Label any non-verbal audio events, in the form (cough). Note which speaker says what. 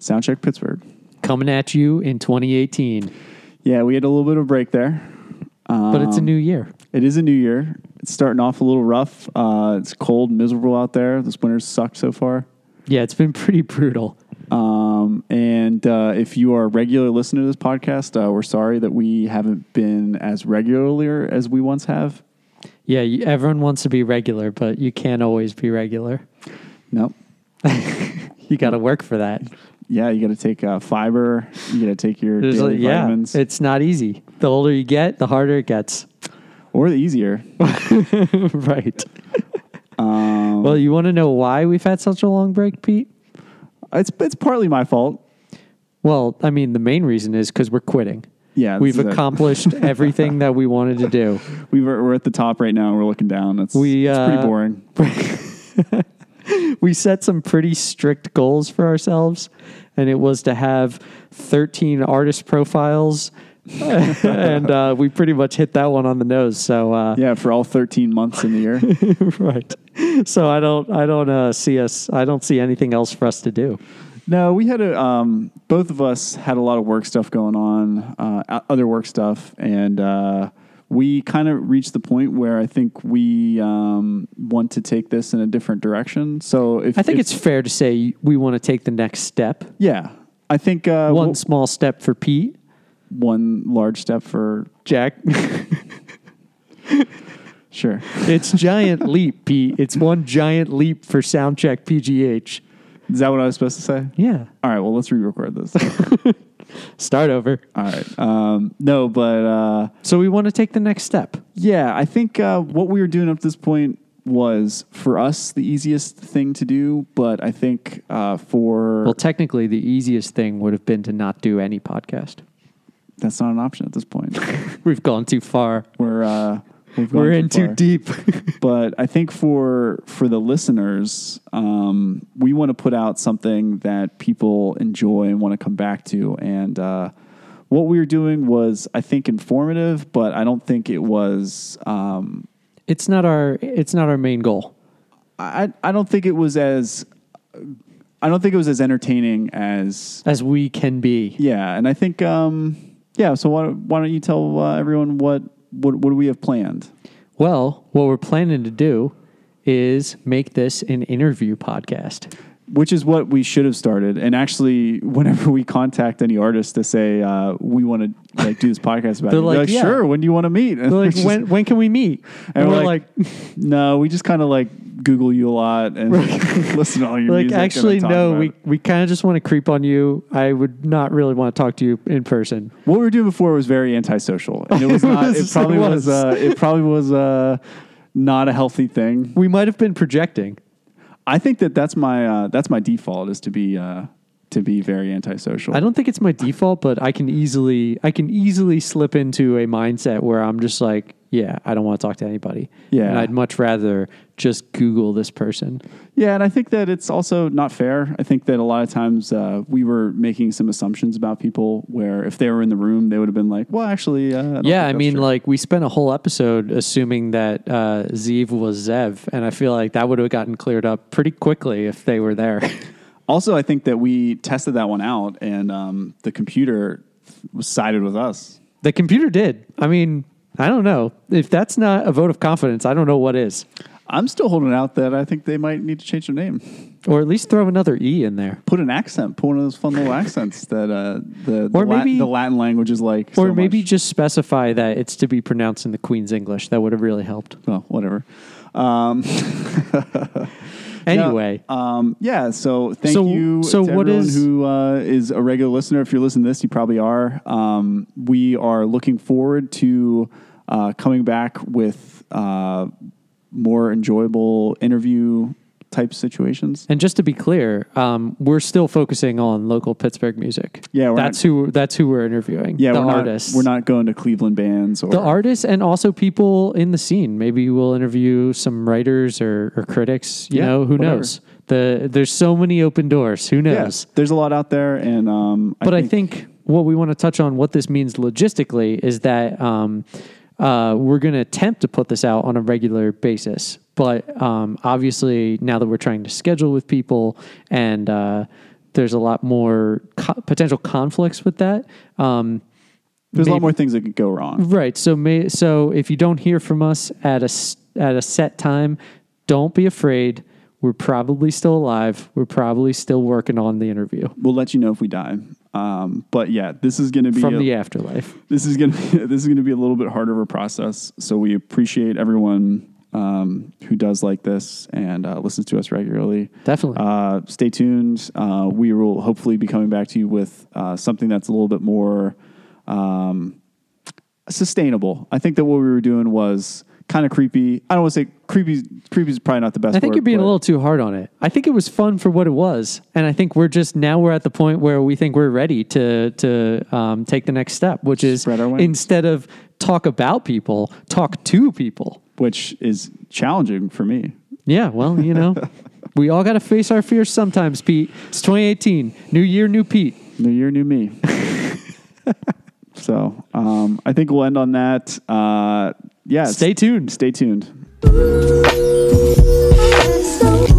Speaker 1: Soundcheck Pittsburgh.
Speaker 2: Coming at you in 2018,
Speaker 1: Yeah, we had a little bit of a break there.
Speaker 2: but it's a
Speaker 1: Um.
Speaker 2: new year.
Speaker 1: It is a new year. It's starting off a little rough. Uh, it's cold, miserable out there. This winter's sucked so far.
Speaker 2: Yeah, it's been pretty brutal.
Speaker 1: Um, and uh, if you are a regular listener to this podcast, uh, we're sorry that we haven't been as regular as we once have.
Speaker 2: Yeah, you, everyone wants to be regular, but you can't always be regular.
Speaker 1: Nope.
Speaker 2: You
Speaker 1: Mm.
Speaker 2: got to work for that.
Speaker 1: Yeah, you got to take uh, fiber. You got to take your
Speaker 2: There's
Speaker 1: daily
Speaker 2: like- yeah,
Speaker 1: vitamins,
Speaker 2: it's not easy. The older you get, the harder it gets. (laughs)
Speaker 1: or the easier. (laughs)
Speaker 2: right.
Speaker 1: Um.
Speaker 2: well, you want to know why we've had such a long break, Pete?
Speaker 1: it's it's partly my fault.
Speaker 2: Well, I mean, the main reason is because we're quitting.
Speaker 1: Yeah,
Speaker 2: We've
Speaker 1: that's it. (laughs)
Speaker 2: accomplished everything that we wanted to do.
Speaker 1: We were, we're at the top right now. and We're looking down. That's
Speaker 2: We,
Speaker 1: it's pretty
Speaker 2: uh,
Speaker 1: boring.
Speaker 2: we set some pretty strict goals for ourselves, and it was to have 13 artist profiles. (laughs) and uh, we pretty much hit that one on the nose. So uh,
Speaker 1: Yeah, for all thirteen months in the year.
Speaker 2: right. (laughs) So I don't, I don't uh, see us. I don't see anything else for us to do.
Speaker 1: No, we had a um, both of us had a lot of work stuff going on, uh, o- other work stuff, and uh, we kind of reached the point where I think we um, want to take this in a different direction. So if
Speaker 2: I think
Speaker 1: if-
Speaker 2: it's fair to say we want to take the next step.
Speaker 1: yeah, I think uh,
Speaker 2: One
Speaker 1: w-
Speaker 2: small step for Pete,
Speaker 1: one large step for
Speaker 2: Jack.
Speaker 1: sure.
Speaker 2: (laughs) it's giant leap, Pete. It's one giant leap for Soundcheck PGH.
Speaker 1: Is that what I was supposed to say?
Speaker 2: Yeah.
Speaker 1: All right. Well, let's re-record this. (laughs)
Speaker 2: Start over.
Speaker 1: All right. Um, no, but. Uh,
Speaker 2: So we want to take the next step.
Speaker 1: Yeah, I think uh, what we were doing up to this point was for us the easiest thing to do, but I think uh, for
Speaker 2: Well, technically, the easiest thing would have been to not do
Speaker 1: (laughs)
Speaker 2: any podcast.
Speaker 1: that's not an option at this
Speaker 2: (laughs)
Speaker 1: point.
Speaker 2: We've gone too far.
Speaker 1: we're uh, we've gone
Speaker 2: We're in too
Speaker 1: far.
Speaker 2: deep.
Speaker 1: (laughs) But I think for for the listeners, um, we want to put out something that people enjoy and want to come back to. And uh, what we were doing was, I think, informative, but I don't think it was um,
Speaker 2: it's not our. It's not our main goal.
Speaker 1: I I don't think it was as I don't think it was as entertaining as
Speaker 2: As we can be.
Speaker 1: yeah, and I think um yeah. So why why don't you tell uh, everyone what what what do we have planned?
Speaker 2: Well, what we're planning to do is make this an
Speaker 1: (laughs)
Speaker 2: interview podcast.
Speaker 1: Which is what we should have started. And actually, (laughs) whenever we contact any artist to say uh, we want to like do this podcast about,
Speaker 2: (laughs) They're
Speaker 1: it, we're
Speaker 2: like,
Speaker 1: like
Speaker 2: "Yeah."
Speaker 1: sure. When do you want to meet? And
Speaker 2: They're like,
Speaker 1: it's (laughs) just-
Speaker 2: when when can we meet?
Speaker 1: (laughs)
Speaker 2: And,
Speaker 1: and
Speaker 2: we're, like,
Speaker 1: (laughs) no, we just kind of like Google you a lot
Speaker 2: (laughs)
Speaker 1: and (laughs) listen to all your music.
Speaker 2: like
Speaker 1: and then
Speaker 2: actually
Speaker 1: talk
Speaker 2: no
Speaker 1: about
Speaker 2: we,
Speaker 1: it.
Speaker 2: we kind of just want to creep on you i would not really want to talk to you in person
Speaker 1: What we were doing before was very antisocial, and it
Speaker 2: (laughs)
Speaker 1: was
Speaker 2: It
Speaker 1: not.
Speaker 2: was-
Speaker 1: it probably
Speaker 2: it
Speaker 1: was.
Speaker 2: was.
Speaker 1: uh, it probably was uh, not a healthy thing.
Speaker 2: we might have been projecting
Speaker 1: I think that that's my uh, that's my default is to be uh, to be very antisocial.
Speaker 2: i don't think it's my default but i can easily i can easily slip into a mindset where i'm just like yeah i don't want to talk to anybody
Speaker 1: Yeah.
Speaker 2: and i'd much rather just google this person
Speaker 1: yeah, and I think that it's also not fair. I think that a lot of times uh, we were making some assumptions about people where if they were in the room, they would have been like, "Well, actually, uh, I don't
Speaker 2: yeah
Speaker 1: think
Speaker 2: i
Speaker 1: that's
Speaker 2: mean
Speaker 1: true."
Speaker 2: like we spent a whole episode assuming that uh, zeev was zev and i feel like that would have gotten cleared up pretty quickly if they were there (laughs)
Speaker 1: Also, I think that we tested that one out, and um, the computer was sided with us.
Speaker 2: The computer did. I mean, I don't know. If that's not a vote of confidence, I don't know what is.
Speaker 1: I'm still holding out that I think they might need to change their name.
Speaker 2: Or at least throw another E in there.
Speaker 1: put an accent, put one of those fun
Speaker 2: (laughs)
Speaker 1: little accents that uh, the the,
Speaker 2: Or
Speaker 1: Lat-
Speaker 2: maybe-
Speaker 1: the Latin language is like,
Speaker 2: Or
Speaker 1: so
Speaker 2: maybe
Speaker 1: much.
Speaker 2: just specify that it's to be pronounced in the Queen's English. That would have really helped.
Speaker 1: well, whatever. Um,
Speaker 2: Anyway,
Speaker 1: um, yeah. So thank
Speaker 2: So-
Speaker 1: you
Speaker 2: so
Speaker 1: to
Speaker 2: what
Speaker 1: everyone
Speaker 2: is-
Speaker 1: who uh, is a regular listener. If you're listening to this, you probably are. Um, we are looking forward to uh, coming back with uh, more enjoyable interview type situations.
Speaker 2: and just to be clear, um, we're still focusing on local Pittsburgh music.
Speaker 1: Yeah, we're
Speaker 2: that's who that's who we're interviewing.
Speaker 1: Yeah,
Speaker 2: the
Speaker 1: we're
Speaker 2: artists.
Speaker 1: not we're not going to Cleveland bands or
Speaker 2: the artists and also people in the scene. Maybe we'll interview some writers or, or critics. You
Speaker 1: Yeah,
Speaker 2: know, who
Speaker 1: whatever.
Speaker 2: knows? The there's so many open doors. Who knows?
Speaker 1: Yes, there's a lot out there, and um,
Speaker 2: but I think, what we want to touch on what this means logistically is that um, uh, we're going to attempt to put this out on a regular basis. But um, obviously, now that we're trying to schedule with people and uh, there's a lot more co- potential conflicts with that. Um,
Speaker 1: There's a lot
Speaker 2: maybe-
Speaker 1: more things that could go wrong.
Speaker 2: Right. So may, so if you don't hear from us at a s- at a set time, don't be afraid. We're probably still alive. We're probably still working on the interview
Speaker 1: We'll let you know if we die. Um, but yeah, this is going to be
Speaker 2: from
Speaker 1: a-
Speaker 2: the afterlife.
Speaker 1: this is gonna (laughs) be, this is gonna be a little bit harder of a process. So we appreciate everyone um, who does like this and uh, listens to us regularly.
Speaker 2: Definitely.
Speaker 1: Uh, stay tuned. Uh, we will hopefully be coming back to you with uh, something that's a little bit more um, sustainable. I think that what we were doing was kind of creepy. I don't want to say creepy. Creepy is probably not the best.
Speaker 2: I think
Speaker 1: word,
Speaker 2: you're being a
Speaker 1: but-
Speaker 2: little too hard on it. I think it was fun for what it was, and I think we're just now we're at the point where we think we're ready to to um, take the next step, which is
Speaker 1: Spread our wings.
Speaker 2: instead of talk about people, talk to people.
Speaker 1: which is challenging for me.
Speaker 2: Yeah, well,
Speaker 1: (laughs)
Speaker 2: you know, we all got to face our fears sometimes, Pete. It's 2018, new year, new Pete.
Speaker 1: New year, new me. so um, I think we'll end on that. Uh, yeah,
Speaker 2: Stay tuned.
Speaker 1: stay tuned.
Speaker 3: So